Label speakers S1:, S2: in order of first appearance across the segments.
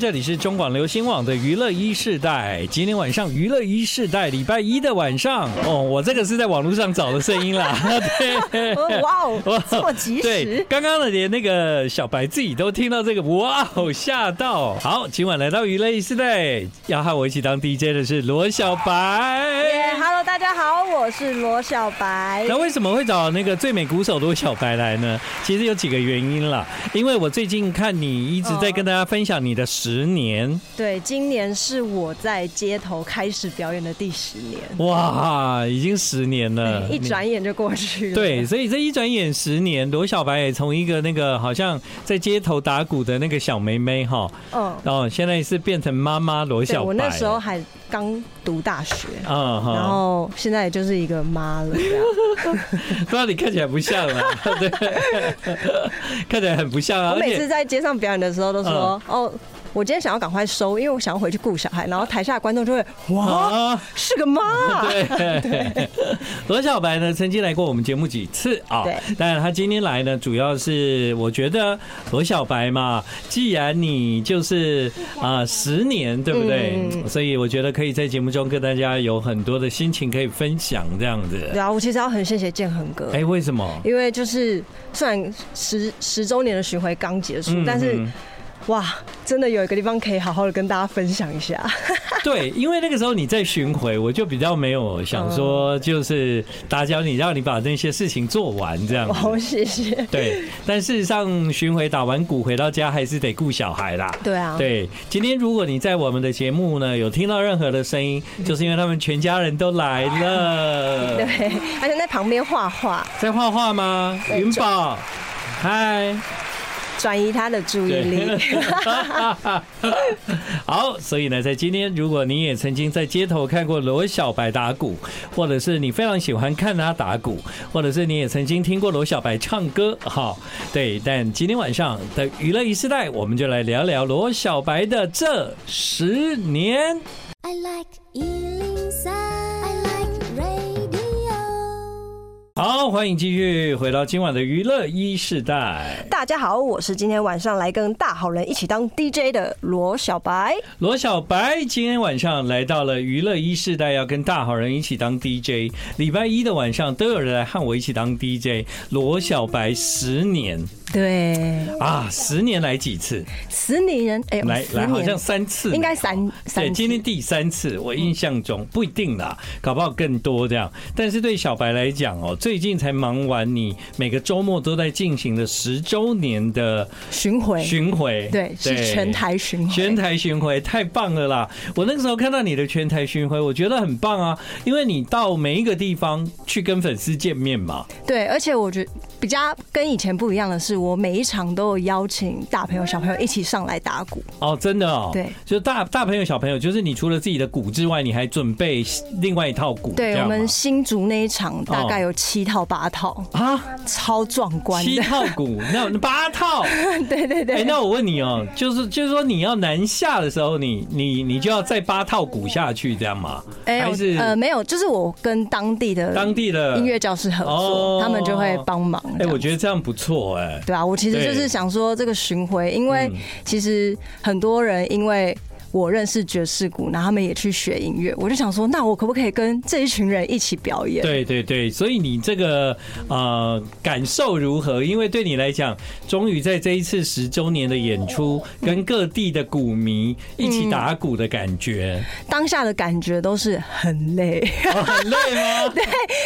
S1: 这里是中广流行网的娱乐一世代，今天晚上娱乐一世代礼拜一的晚上，哦，我这个是在网络上找的声音啦， 对，
S2: 哦哇哦，这么及
S1: 对
S2: 时，，
S1: 刚刚的连那个小白自己都听到这个，哇哦，吓到！好，今晚来到娱乐一世代，要和我一起当 DJ 的是罗小
S2: 耶
S1: 白。
S2: ，Hello，大家好，我是罗小白。
S1: 那为什么会找那个最美鼓手罗小白来呢？其实有几个原因啦，因为我最近看你一直在跟大家分享你的十年，
S2: 对，今年是我在街头开始表演的第十年，
S1: 哇，已经十年了，
S2: 一转眼就过去了。
S1: 嗯对，，所以这一转眼十年，罗小白也从一个那个好像在街头打鼓的那个小妹妹哈，
S2: 嗯，
S1: 哦，现在是变成妈妈罗
S2: 对
S1: 小白。
S2: 我那时候，还刚读大学。
S1: 嗯
S2: 然
S1: 哈，
S2: 后现在也就是一个妈了，这样
S1: 不然你看起来不像啊， 对， 看起来很不像啊，
S2: 我
S1: 而
S2: 每
S1: 且嗯
S2: 次在街上表演的时候都说：“哦，我今天想要赶快收，因为我想要回去顾小孩。”然后台下的观众就会：“哇，
S1: 啊，
S2: 是个妈 啊！”
S1: 对，罗小白呢曾经来过我们节目几次啊
S2: 对，
S1: 当然他今天来呢，主要是我觉得罗小白嘛，既然你就是啊十年，对不对？
S2: 嗯
S1: 所以我觉得可以在节目中跟大家有很多的心情可以分享这样子。
S2: 对啊，我其实要很谢谢建恒哥。
S1: 哎，为什么？
S2: 因为就是虽然十十周年的巡回刚结束，但是
S1: 嗯
S2: 哇，真的有一个地方可以好好的跟大家分享一下。
S1: 对，因为那个时候你在巡回，我就比较没有想说就是打搅你，让你把那些事情做完这样子。
S2: 好，谢谢。
S1: 对，但事实上巡回打完鼓回到家还是得顾小孩啦。
S2: 对啊，
S1: 对，今天如果你在我们的节目呢有听到任何的声音，就是因为他们全家人都来
S2: 对
S1: 了。，
S2: 而且在旁边画画，
S1: 在画画吗？
S2: 对
S1: 云宝，嗨。
S2: 转移他的注意力。
S1: 好，所以呢，在今天，如果你也曾经在街头看过罗小白打鼓，或者是你非常喜欢看他打鼓，或者是你也曾经听过罗小白唱歌，哈，对。但今天晚上的娱乐一时代，我们就来聊聊罗小白的这十年。
S3: I like Ealing Sound. I like radio.
S1: 好，欢迎继续回到今晚的娱乐一世代。
S2: 大家好，我是今天晚上来跟大好人一起当 DJ 的罗小白。
S1: 罗小白今天晚上来到了娱乐一世代，要跟大好人一起当 DJ。礼拜一的晚上都有人来和我一起当 DJ。罗小白十年
S2: 对，
S1: 啊，十年来几次？
S2: 十年，哎呦，
S1: 来
S2: 十
S1: 来，好像
S2: 年
S1: 三次，
S2: 应该三
S1: 对，
S2: 三次
S1: 今天第三次，我印象中不一定啦，搞不好更多这样。但是对小白来讲哦，最近才忙完你每个周末都在进行的十周年的
S2: 巡回，
S1: 巡回，
S2: 对，是全台巡 回，
S1: 全台巡回太棒了啦！我那个时候看到你的全台巡回，我觉得很棒啊，因为你到每一个地方去跟粉丝见面嘛。
S2: 对，而且我觉得比较跟以前不一样的是，我每一场都有邀请大朋友小朋友一起上来打鼓。
S1: 哦，真的哦，
S2: 对，
S1: 就大大朋友小朋友，就是你除了自己的鼓之外，你还准备另外一套鼓，这
S2: 对我
S1: 样吗
S2: 们新竹那一场大概有七套八套，
S1: 啊，
S2: 超壮观
S1: 七
S2: 的。
S1: 套鼓，那八套。
S2: 对对
S1: 哎、
S2: 对，
S1: 那我问你哦，就是就是说你要南下的时候，你你你就要再八套鼓下去，这样吗？
S2: 哎
S1: 还
S2: 我
S1: 是
S2: 呃没有，就是我跟当地的
S1: 当地的
S2: 音乐教室合
S1: 哦
S2: 作，他们就会帮忙。
S1: 哎、
S2: 这样
S1: 我觉得这样不错哎、
S2: 对啊，我其实就
S1: 对
S2: 是想说这个巡回，因为
S1: 嗯
S2: 其实很多人因为。我认识爵士鼓，然后他们也去学音乐，我就想说，那我可不可以跟这一群人一起表演？
S1: 对对对，所以你这个呃感受如何？因为对你来讲，终于在这一次十周年的演出，跟各地的鼓迷一起打鼓的感觉，
S2: 当下的感觉都是 很累，
S1: 哦很累 吗？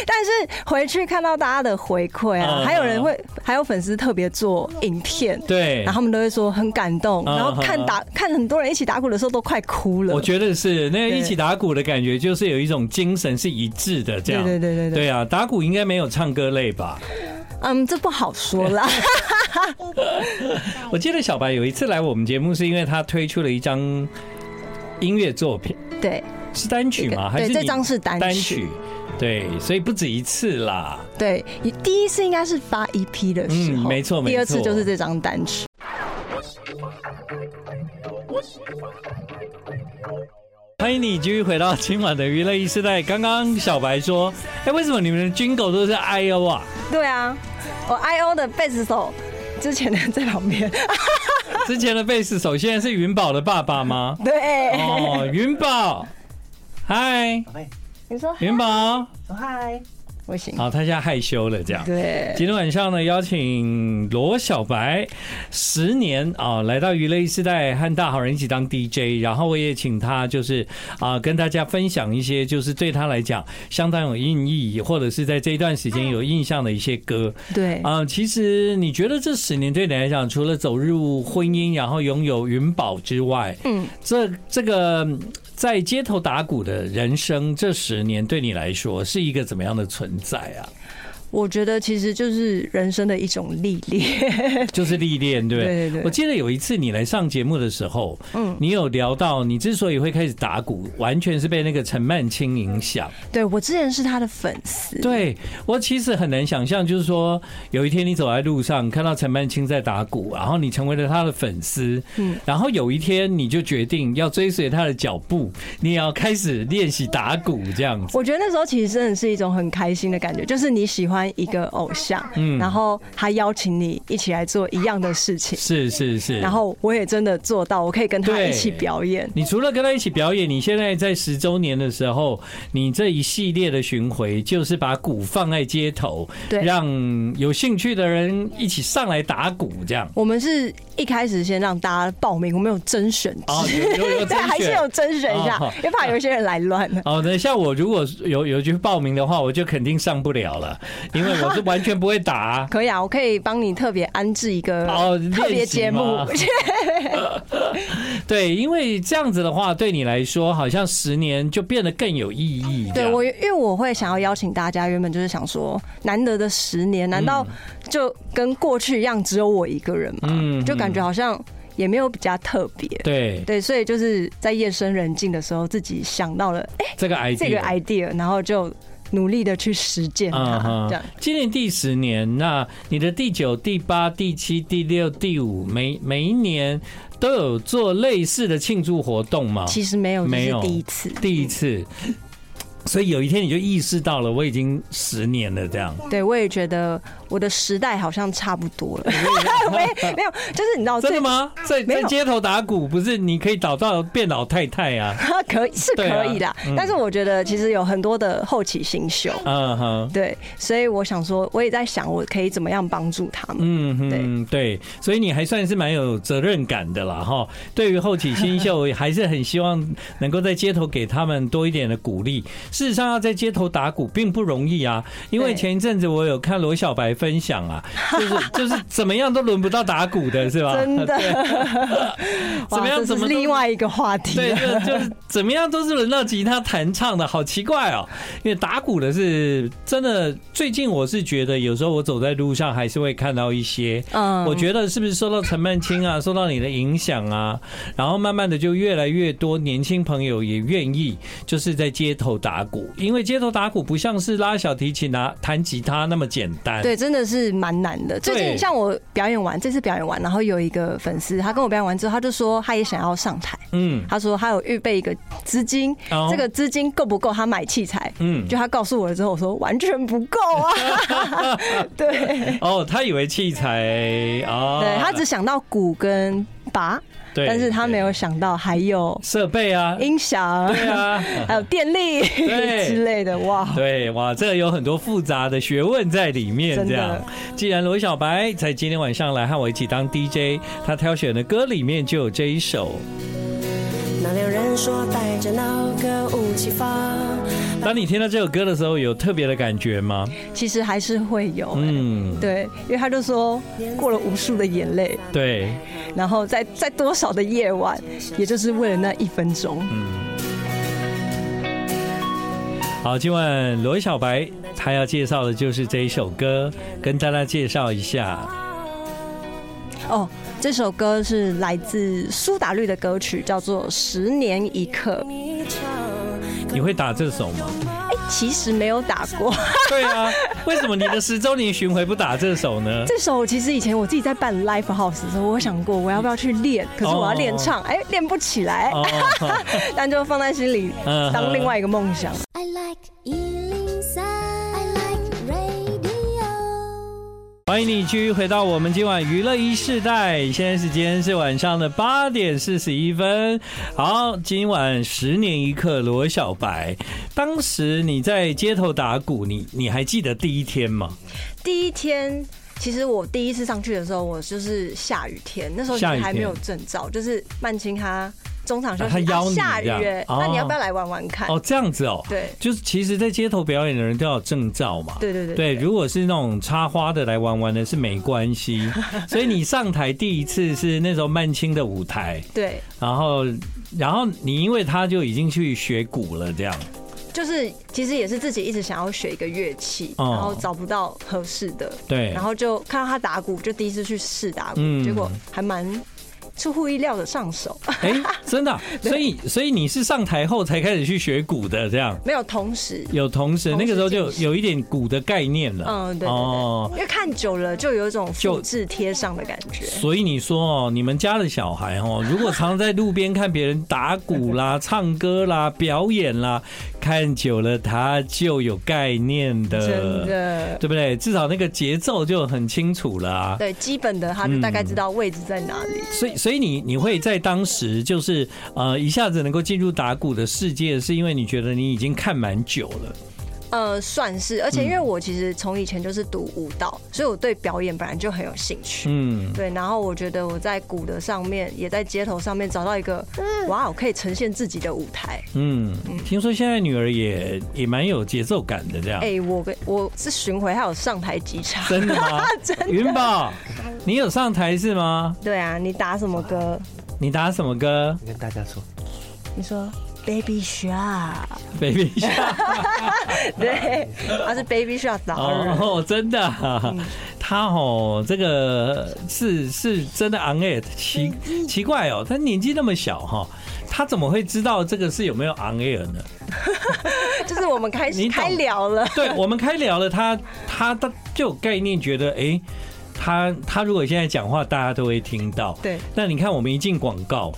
S2: 但是回去看到大家的回馈啊，
S1: 嗯
S2: 还有人会，还有粉丝特别做影片，
S1: 对
S2: 然后，他们都会说很感动，
S1: 嗯
S2: 然后看打看很多人一起打鼓的时候都快哭了
S1: 我。觉得是那个
S2: 对
S1: 一起打鼓的感觉，就是有一种精神是一致的，这样。
S2: 对对对对对
S1: 对啊，打鼓应该没有唱歌累吧？
S2: 嗯，这不好说 啦。
S1: 我记得小白有一次来我们节目，是因为他推出了一张音乐作品，
S2: 对
S1: 是单曲吗？还
S2: 对，
S1: 是
S2: 这
S1: 你
S2: 张是单
S1: 单
S2: 曲。
S1: 曲？对，所以不止一次啦。
S2: 对，第一次应该是发 EP 的时
S1: 嗯
S2: 候，
S1: 没错没错
S2: 第二次就是这张单曲。
S1: 欢迎你继续回到今晚的娱乐一时代。刚刚小白说：“哎、为什么你们的军狗都是 I O 啊？
S2: 对啊，我 I O 的贝斯手之前的在旁边，
S1: 之前的贝斯手现在是云宝的爸爸 吗？
S2: 对，
S1: 哦，云宝，嗨，
S4: 喂，
S2: 你说
S1: 云宝，
S4: 说嗨，
S2: 不行，
S1: 好，他现在害羞了，这样。
S2: 对，
S1: 今天晚上呢，邀请罗小白十年啊、来到娱乐一时代和大好人一起当 DJ，然后我也请他就是啊、跟大家分享一些就是对他来讲相当有意义，或者是在这一段时间有印象的一些歌。
S2: 对，
S1: 啊、其实你觉得这十年对你来讲，除了走入婚姻，然后拥有云宝之外，
S2: 嗯，
S1: 这这个嗯在街头打鼓的人生，这十年对你来说是一个怎么样的存在啊？
S2: 我觉得其实就是人生的一种历练，
S1: 就是历练，对不对？
S2: 对对对
S1: 我记得有一次你来上节目的时候，嗯
S2: 嗯，
S1: 你有聊到你之所以会开始打鼓，完全是被那个陈曼青影响。
S2: 对我之前是他的粉丝，
S1: 对我其实很难想象，就是说有一天你走在路上看到陈曼青在打鼓，然后你成为了他的粉丝，嗯
S2: 嗯，
S1: 然后有一天你就决定要追随他的脚步，你也要开始练习打鼓这样子。
S2: 我觉得那时候其实真的是一种很开心的感觉，就是你喜欢一个偶像，
S1: 嗯
S2: 然后他邀请你一起来做一样的事情，
S1: 是是是，
S2: 然后我也真的做到，我可以跟他
S1: 对
S2: 一起表演。
S1: 你除了跟他一起表演，你现在在十周年的时候，你这一系列的巡回就是把鼓放在街头，
S2: 对
S1: 让有兴趣的人一起上来打鼓，这 样。
S2: 我们是一开始先让大家报名，我们有甄选制，
S1: 哦有有有
S2: 对，
S1: 甄
S2: 还是
S1: 选
S2: 有甄选一下
S1: 哦，
S2: 因为怕有一些人来 乱了。。
S1: 哦，那像我如果有有去报名的话，我就肯定上不了了，因为我是完全不会打
S2: 可以啊，我可以帮你特别安置一个
S1: 哦
S2: 特别
S1: 练习
S2: 节目，
S1: 吗对，因为这样子的话，对你来说好像十年就变得更有意义这
S2: 对
S1: 样。
S2: 我，因为我会想要邀请大家，原本就是想说，难得的十年，难道就跟过去一样只有我一个人吗？
S1: 嗯
S2: 就感觉好像也没有比较特别。
S1: 对
S2: 对，所以就是在夜深人静的时候，自己想到了哎、
S1: 这个 idea，
S2: 这个 idea，然后就努力的去实践它，
S1: 嗯
S2: 这样。
S1: 今年第十年，那你的第九、第八、第七、第六、第五，每每一年都有做类似的庆祝活动吗？
S2: 其实没有，这
S1: 没有
S2: 是第一次，
S1: 第一次，所以有一天你就意识到了，我已经十年了 这样。
S2: 对我也觉得我的时代好像差不多了。 没没有，就是你知道
S1: 真
S2: 最
S1: 的吗？在
S2: 没
S1: 在
S2: 有
S1: 街头打鼓，不是你可以找到变老太太啊？
S2: 可以是
S1: 对啊
S2: 可以的，
S1: 嗯
S2: 但是我觉得其实有很多的后起新秀，
S1: 嗯哼，
S2: 对，所以我想说，我也在想，我可以怎么样帮助他们。
S1: 嗯哼，对，所以你还算是蛮有责任感的啦哈。对于后起新秀，还是很希望能够在街头给他们多一点的鼓励。事实上，要在街头打鼓并不容易啊，因为
S2: 对
S1: 前一阵子我有看罗小白分享 啊，就是就是怎么样都轮不到打鼓的是吧？
S2: 真 的，
S1: 嗯怎么
S2: 哇
S1: 样
S2: 这
S1: 怎么
S2: 是
S1: 都
S2: 另外一个话题
S1: 对，
S2: 了。
S1: 就就是怎么样都是轮到吉他弹唱的，好奇怪哦。因为打鼓的是真的，最近我是觉得有时候我走在路上还是会看到一些。
S2: 嗯
S1: 我觉得是不是受到陈曼青 啊，受到你的影响啊，然后慢慢的就越来越多年轻朋友也愿意就是在街头打鼓，因为街头打鼓不像是拉小提琴啊、弹吉他那么简单。
S2: 对，真的是蛮难的。最
S1: 对
S2: 近像我表演完，这次表演完，然后有一个粉丝，他跟我表演完之后，他就说他也想要上台，
S1: 嗯，
S2: 他说他有预备一个资金，
S1: 哦
S2: 这个资金够不够他买器材？
S1: 嗯
S2: 就他告诉我了之后，我说完全不够 啊。对，
S1: 哦，他以为器材哦，
S2: 对他只想到鼓跟拔，
S1: 对
S2: 但是他没有
S1: 对
S2: 想到还有
S1: 设备啊，
S2: 音响，
S1: 对啊，
S2: 还有电力
S1: 对
S2: 之类的，哇！
S1: 对，哇，这有很多复杂的学问在里面。
S2: 真
S1: 这
S2: 的
S1: 样，既然罗小白在今天晚上来和我一起当 DJ，他挑选的歌里面就有这一首。
S5: 那两人说带着那个武器发，
S1: 当你听到这首歌的时候，有特别的感觉吗？
S2: 其实还是会有、欸
S1: 嗯，
S2: 对，因为他就说过了无数的眼泪，
S1: 对，
S2: 然后在在多少的夜晚，也就是为了那一分钟，
S1: 嗯好，今晚罗小白他要介绍的就是这一首歌，跟大家介绍一下。
S2: 哦，这首歌是来自苏打绿的歌曲，叫做《十年一刻》。
S1: 你会打这首吗？
S2: 哎，其实没有打过
S1: 对啊，为什么你的十周年巡回不打这首呢？
S2: 这首，其实以前我自己在办 live house 的时候，我有想过我要不要去练，可是我要练唱，哎，练不起来，
S1: 哦，
S2: 但就放在心里
S1: 嗯
S2: 当另外一个梦想。
S3: I like Ealing Sound. I like radio.
S1: 欢欢迎你继续回到我们今晚娱乐一世代，现在时间是晚上的八点四十一分。好，今晚十年一刻，罗小白，当时你在街头打鼓，你你还记得第一天吗？
S2: 第一天，其实我第一次上去的时候，我就是下雨天，那时候其实
S1: 下雨天
S2: 还没有证照，就是曼青他中场休息，
S1: 啊他邀你
S2: 下雨
S1: 这样
S2: 耶，
S1: 哦
S2: 那你要不要来玩玩看？
S1: 哦，这样子哦，
S2: 对
S1: 就是其实，在街头表演的人都要有证照嘛。
S2: 对对对
S1: 对，如果是那种插花的来玩玩的，是没关 系。所以你上台第一次是那时候曼青的舞台，
S2: 对，
S1: 然后然后你因为他就已经去学鼓了，这样。
S2: 就是其实也是自己一直想要学一个乐器，
S1: 哦
S2: 然后找不到合适的，
S1: 对
S2: 然后就看到他打鼓，就第一次去试打鼓，
S1: 嗯
S2: 结果还蛮出乎意料的上手，
S1: 哎、真的啊、所以所以你是上台后才开始去学鼓的，这样
S2: 没有同时。
S1: 有同时
S2: 同时
S1: 那个时候就
S2: 进行
S1: 有一点鼓的概念了。哦
S2: 嗯，对对对，因为看久了就有一种
S1: 就
S2: 复制贴上的感觉。
S1: 所以你说哦，你们家的小孩哦，如果常常在路边看别人打鼓啦、唱歌啦、表演啦，看久了他就有概念的，
S2: 真，的，
S1: 对不对？至少那个节奏就很清楚了啊。
S2: 对基本的，他就大概知道位置在哪里。
S1: 所以，所以你你会在当时就是呃一下子能够进入打鼓的世界，是因为你觉得你已经看蛮久了。嗯
S2: 呃，算是，而且因为我其实从以前就是读舞蹈，所以我对表演本来就很有兴趣。
S1: 嗯，
S2: 对，然后我觉得我在鼓的上面，也在街头上面找到一个，哇，我可以呈现自己的舞台。
S1: 嗯，听说现在女儿也也蛮有节奏感的，这样。
S2: 哎、我跟我是巡回，还有上台几场。
S1: 真的吗？云宝，你有上台是吗？
S2: 对啊，你打什么歌？
S1: 你打什么歌
S4: 你跟大家说，
S2: 你说 Baby Shark，
S1: ？Baby Shark
S2: 对，他是 Baby Shark 打的。
S1: 哦，真的啊、他哦，这个是是真的 on air，奇奇怪哦，他年纪那么小哈、他怎么会知道这个是有没有 on air 呢？
S2: 就是我们开
S1: 你
S2: 始
S1: 懂
S2: 开聊了，
S1: 对我们开聊了他，他他就有概念觉得，哎、他他如果现在讲话，大家都会听到。
S2: 对，
S1: 那你看我们一进广告，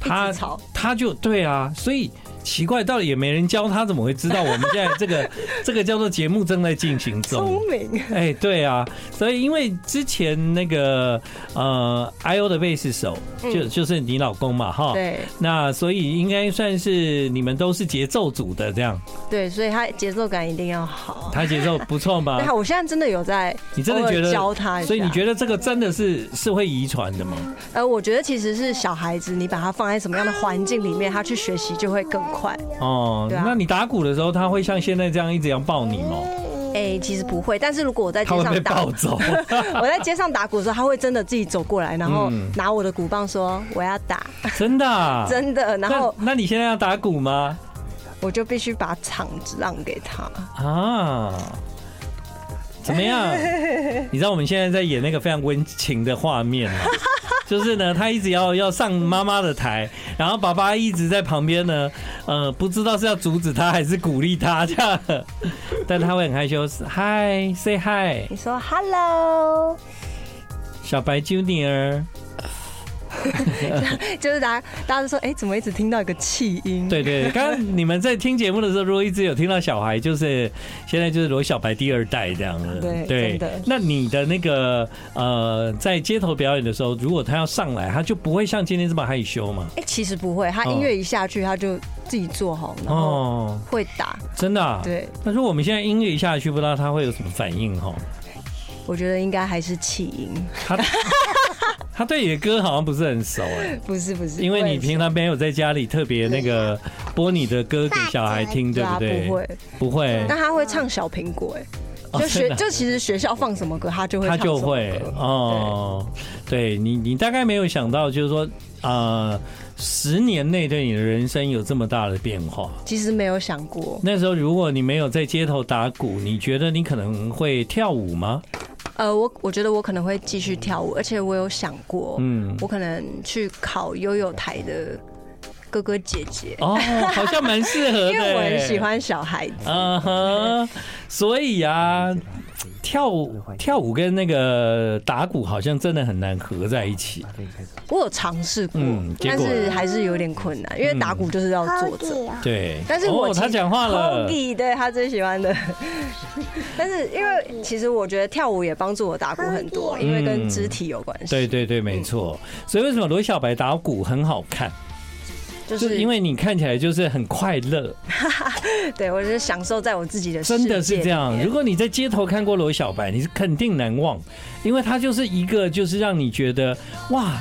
S1: 他
S2: 一直吵
S1: 他就对啊，所以奇怪，到底也没人教他，怎么会知道我们现在这 个这个叫做节目正在进行中？
S2: 聪明。
S1: 哎、对啊，所以因为之前那个呃，I O 的贝斯手就、就是你老公嘛，哈，
S2: 嗯对
S1: 那所以应该算是你们都是节奏组的这样，
S2: 对，所以他节奏感一定要好。
S1: 他节奏不错嘛
S2: 对，，我现在真的有在，
S1: 啊你真的觉得
S2: 教他一下？
S1: 所以你觉得这个真的是是会遗传的吗？
S2: 呃，我觉得其实是小孩子，你把他放在什么样的环境里面，他去学习就会更快。
S1: 哦，
S2: 对啊
S1: 那你打鼓的时候，他会像现在这样一直要抱你吗？
S2: 哎、其实不会，但是如果我在街
S1: 他 会被
S2: 上打
S1: 抱，走。
S2: 我在街上打鼓的时候，他会真的自己走过来，然后
S1: 嗯
S2: 拿我的鼓棒说我要打，
S1: 真的、啊，
S2: 真的，然后
S1: 那那你现在要打鼓吗？
S2: 我就必须把场子让给他。
S1: 啊，怎么样？你知道我们现在在演那个非常温情的画面吗？ 就是呢，他一直要要上妈妈的台，然后爸爸一直在旁边呢，呃，不知道是要阻止他还是鼓励他这样，但他会很害羞。嗨，say hi，
S2: 你说 Hello，
S1: 小白 Junior。
S2: 就是大家大家都说，哎、怎么一直听到一个气 音？
S1: 对对，对刚刚你们在听节目的时候，如果一直有听到小孩，就是现在就是罗小白第二代这样了。
S2: 对真的
S1: 那你的那个呃，在街头表演的时候，如果他要上来，他就不会像今天这么害羞嘛？
S2: 哎、其实不会，他音乐一下去，他就自己坐好，然
S1: 嗯
S2: 后
S1: 哦，
S2: 会打。
S1: 真的、啊。。
S2: 对，
S1: 那如果我们现在音乐一下去，不知道他会有什么反应哈？
S2: 我觉得应该还是气音，
S1: 他他对你的歌好像不是很熟哎，
S2: 不是不是，
S1: 因为你
S2: 平
S1: 平常没有在家里特别那个播你的歌给小孩听，对不对？
S2: 啊不会，
S1: 不会，
S2: 但他会唱小苹果，哎，
S1: 哦真
S2: 就学
S1: 的啊
S2: 就其实学校放什么歌，他就会
S1: 他
S2: 唱
S1: 就
S2: 什么
S1: 会
S2: 歌
S1: 哦，对你，你大概没有想到，就是说，呃，十年内对你的人生有这么大的变化。
S2: 其实没有想过，
S1: 那时候，如果你没有在街头打鼓，你觉得你可能会跳舞吗？
S2: 呃，我我觉得我可能会继续跳舞，而且我有想过，
S1: 嗯
S2: 我可能去考悠悠台的哥哥姐姐，
S1: 哦，好像蛮适 合的，欸
S2: 因为我很喜，欢小孩子。
S1: 嗯哼，所以啊，跳舞跳舞跟那个打鼓好像真的很难合在一起，
S2: 我有尝试过
S1: 嗯，结
S2: 但
S1: 果
S2: 是还是有点困难，因为打鼓就是要坐着。
S3: Huggy 啊
S1: 对，
S2: 但是我
S1: 哦，
S2: 其实
S1: 他讲话了，
S2: Hoagie，对他最喜欢的。 但是因为其实我觉得跳舞也帮助我打鼓很多，
S3: Hoagie
S2: 因为跟肢体有关系。
S1: 嗯对，对对，没错，所以为什么罗小白打鼓很好看，
S2: 就
S1: 就是是因为你看起来就是很快乐，
S2: 对我就是享受在我自己的
S1: 真的是这
S2: 世
S1: 样。
S2: 界里
S1: 如
S2: 面
S1: 果你在街头看过罗小白，你是肯定难忘，因为他就是一个就是让你觉得哇，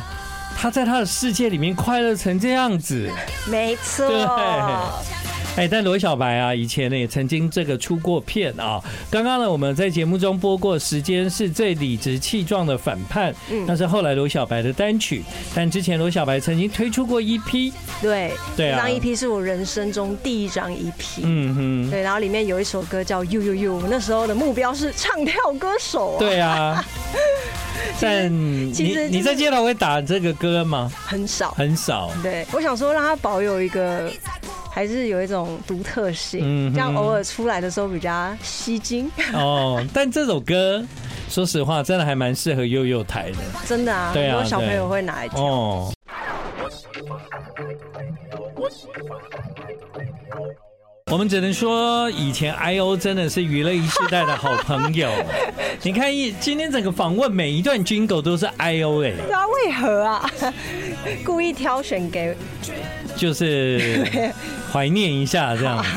S1: 他在他的世界里面快乐成这样子。
S2: 没错，
S1: 对哎，但罗小白啊，以前呢也曾经这个出过片啊。刚刚呢，我们在节目中播过，《时间是最理直气壮的反叛》，
S2: 嗯
S1: 那是后来罗小白的单曲。但之前罗小白曾经推出过 EP，
S2: 对，
S1: 对
S2: 这
S1: 啊
S2: 张 EP 是我人生中第一张 EP。
S1: 嗯哼，
S2: 对，然后里面有一首歌叫《呦呦呦》，我那时候的目标是唱跳歌手、啊，，
S1: 对 啊。但你
S2: 其实就是
S1: 你在街头会打这个歌吗？
S2: 很少。
S1: 很 少。
S2: 对，我想说让它保有一个，还是有一种独特性，
S1: 嗯哼
S2: 这样偶尔出来的时候比较吸睛。
S1: 哦，但这首歌，说实话，真的还蛮适合悠悠台的
S2: 真的啊，
S1: 对啊
S2: 很多小
S1: 对
S2: 朋友会拿来跳。
S1: 哦。我们只能说，以前 I O 真的是娱乐一世代的好朋 友。你看一今天整个访问，每一段军狗都是 I O 哎、
S2: 对啊，为何啊？ 故意挑选给
S1: 就是 怀念一下这样子，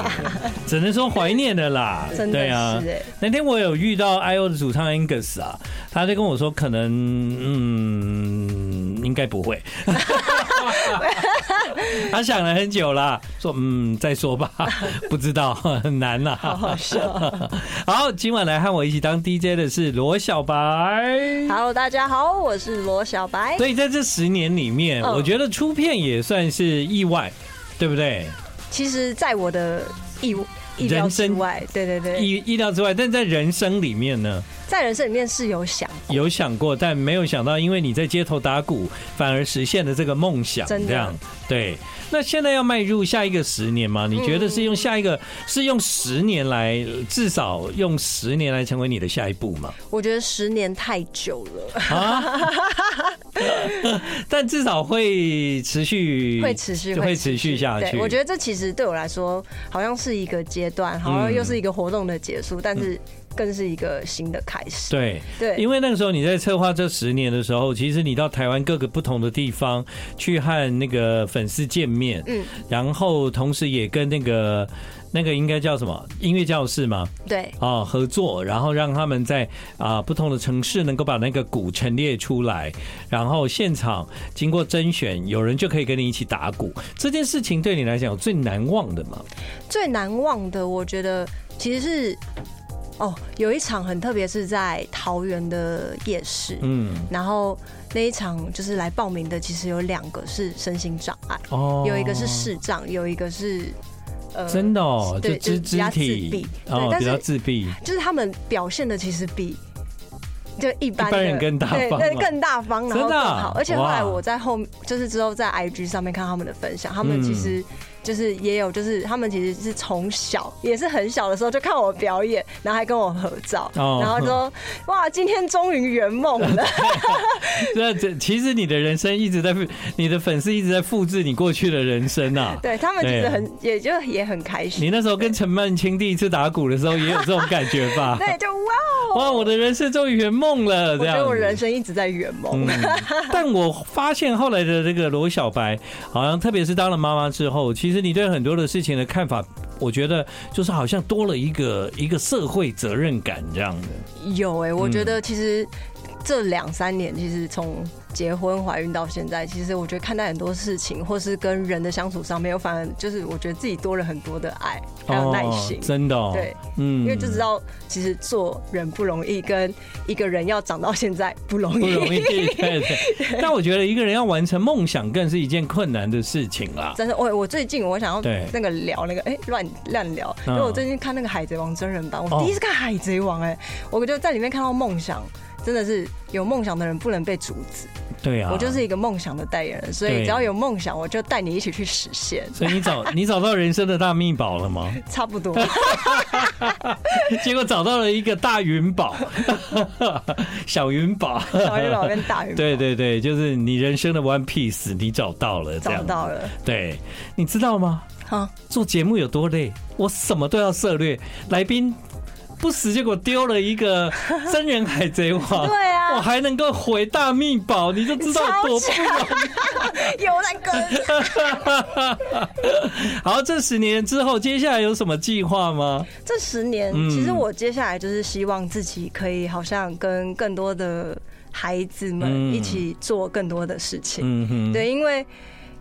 S1: 只能说怀念的啦。
S2: 真的
S1: 对啊
S2: 是欸，
S1: 那天我有遇到 I O 的主唱 Angus 啊，他就跟我说，可能嗯，应该不 会。他想了很久啦，说嗯，再说吧， 不知道，很难呐、
S2: 好好笑。
S1: 好，今晚来和我一起当 DJ 的是罗小白。
S2: Hello，大家好，我是罗小白。
S1: 所以在这十年里面，
S2: 嗯
S1: 我觉得出片也算是意外，对不对？
S2: 其实，在我的意意料
S1: 人
S2: 之
S1: 生
S2: 外，对对对，
S1: 意意料之外，但在人生里面呢，
S2: 在人生里面是有想，
S1: 有想过，但没有想到，因为你在街头打鼓，反而实现了这个梦想。
S2: 真的
S1: 这样对。那现在要迈入下一个十年吗？你觉得是用
S2: 嗯
S1: 下一个，是用十年来，至少用十年来成为你的下一步吗？
S2: 我觉得十年太久了，
S1: 啊？但至少会持续，
S2: 会持续
S1: 嗯会持续下去。
S2: 对，我觉得这其实对我来说，好像是一个阶段，好像
S1: 嗯
S2: 又是一个活动的结束，但是更是一个新的开始。
S1: 对。
S2: 对，
S1: 因
S2: 为
S1: 为那个时候你在策划这十年的时候，其实你到台湾各个不同的地方去和那个粉丝见面，
S2: 嗯，
S1: 然后同时也跟那个那个应该叫什么音乐教室嘛，
S2: 对
S1: 啊、合作，然后让他们在啊、不同的城市能够把那个鼓陈列出来，然后现场经过甄选，有人就可以跟你一起打鼓。这件事情对你来讲有最难忘的嘛？
S2: 最难忘的，我觉得其实是哦，有一场很特别，是在桃园的夜市。
S1: 嗯，
S2: 然后那一场就是来报名的，其实有两个是身心障碍，
S1: 哦
S2: 有一个是视障，有一个是呃
S1: 真的哦，就
S2: 对
S1: 肢
S2: 就比
S1: 肢
S2: 较自
S1: 体
S2: 闭
S1: 哦
S2: 对，但
S1: 比较
S2: 是
S1: 自闭。
S2: 就是他们表现的其实比就一般的
S1: 一般人更大方
S2: 对
S1: 嘛
S2: 对，更大方，然后
S1: 真的
S2: 更
S1: 啊
S2: 好。而且后来
S1: 哇
S2: 我在后就是之后在 IG 上面看他们的分享，他们
S1: 嗯
S2: 其实。就是也有，就是他们其实是从小也是很小的时候就看我表演，然后还跟我合照，
S1: 哦
S2: 然后说哇，今天终于圆梦了。
S1: 那这其实你的人生一直在，你的粉丝一直在复制你过去的人生啊。
S2: 对他们其实
S1: 对
S2: 很，也就也很开心
S1: 你。那时候跟陈曼青第一次打鼓的时候，也有这种感觉吧？
S2: 对，就哇哦！
S1: 哇，我的人生终于圆梦了，
S2: 我
S1: 这
S2: 觉
S1: 样子。
S2: 得我人生一直在圆梦
S1: 嗯。但我发现后来的这个罗小白，好像特别是当了妈妈之后，其实你对很多的事情的看法，我觉得就是好像多了一个一个社会责任感这样的。
S2: 有哎、我觉
S1: 嗯
S2: 得其实这两三年，其实从结婚、怀孕到现在，其实我觉得看待很多事情，或是跟人的相处上面，我反而就是我觉得自己多了很多的爱，还有耐心
S1: 哦。真的、哦。
S2: 对，
S1: 嗯
S2: 因为就知道，其实做人不容易，跟一个人要长到现在不容易。
S1: 不容易， 对对对。但我觉得一个人要完成梦想，更是一件困难的事情啦。
S2: 真的，我我最近我想要
S1: 对
S2: 那个聊那个哎乱乱聊，因
S1: 嗯
S2: 为我最近看那个《海贼王》真人版，欸
S1: 哦
S2: 我第一次看《海贼王》哎，我就在里面看到梦想真的是有梦想的人不能被阻止。
S1: 对啊，
S2: 我就是一个梦想的代言人，所
S1: 对
S2: 以只要有梦想，我就带你一起去实现，
S1: 所以你 找你找到人生的大秘宝了吗？
S2: 差不多。
S1: 结果找到了一个大云宝， 小云宝。
S2: 小鱼佬跟大鱼佬
S1: 对对对，就是你人生的 One Piece，你找到了，这
S2: 找
S1: 样子
S2: 到。了，
S1: 对，你知道吗？
S2: 好，
S1: 做节目有多累，我什么都要涉略。来宾不时就给我丢了一个真人海贼王，
S2: 对啊
S1: 我还能够回大秘宝，你就知道
S2: 超
S1: 多
S2: 强，有那个
S1: 好。这十年之后，接下来有什么计划吗？
S2: 这十年，
S1: 嗯
S2: 其实我接下来就是希望自己可以好像跟更多的孩子
S1: 嗯
S2: 们一起做更多的事情，
S1: 嗯哼，
S2: 对，因为。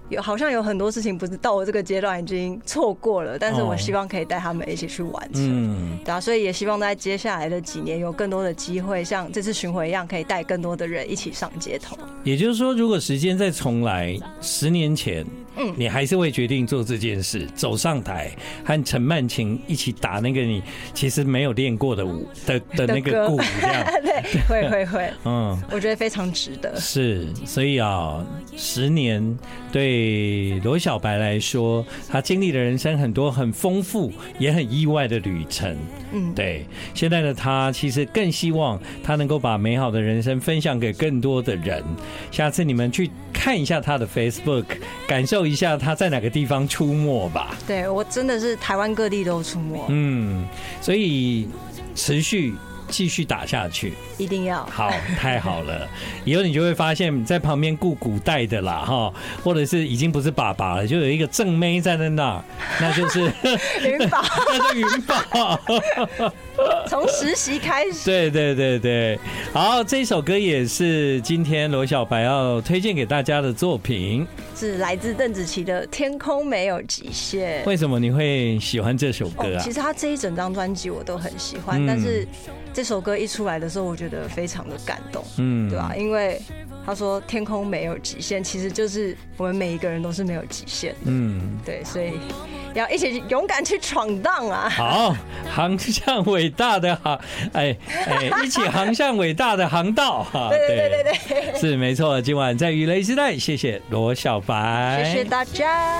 S2: 有好像有很多事情不是到我这个阶段已经错过了，但是
S1: 哦
S2: 我希望可以带他们一起去完成，
S1: 嗯，
S2: 对啊，所以也希望在接下来的几年有更多的机会，像这次巡回一样，可以带更多的人一起上街头。
S1: 也就是说，如果时间再重来，十年前，嗯
S2: 嗯，
S1: 你还是会决定做这件事，走上台和陈曼琴一起打那个你其实没有练过的舞的的那个
S2: 的歌
S1: 鼓，这样，
S2: 对，会会会，
S1: 嗯。
S2: 我觉得非常值得。
S1: 是，所以啊，十年对罗小白来说，他经历了人生很多很丰富也很意外的旅程。
S2: 嗯，
S1: 对，现在的他其实更希望他能够把美好的人生分享给更多的人。下次你们去看一下他的 Facebook，感受一下他在哪个地方出没吧。
S2: 对我真的是台湾各地都出没，
S1: 嗯，所以持续继续打下去。
S2: 一定 要。
S1: 好，太好了！ 以后你就会发现，在旁边顾古代的啦，哈，或者是已经不是爸爸了，就有一个正妹站在那儿，那就是
S2: 云宝
S1: 那就云宝。
S2: 从实习开 始，
S1: 对对对对，好，这首歌也是今天罗小白要推荐给大家的作品。
S2: 是来自邓紫棋的《天空没有极限》。
S1: 为什么你会喜欢这首歌
S2: 哦，
S1: 啊
S2: 其？实他这一整张专辑我都很喜欢，
S1: 嗯
S2: 但是这首歌一出来的时候，我觉得非常的感动，
S1: 嗯
S2: 对吧、啊因为他说天空没有极限，其实就是我们每一个人都是没有极限的，
S1: 嗯。
S2: 对，所以要一起勇敢去闯荡啊！
S1: 好，航向伟大的航，哎哎， 一起航向伟大的航道哈！
S2: 对对对对对，
S1: 是没错，今晚在雨雷时代，谢谢罗小白，
S2: 谢谢大家。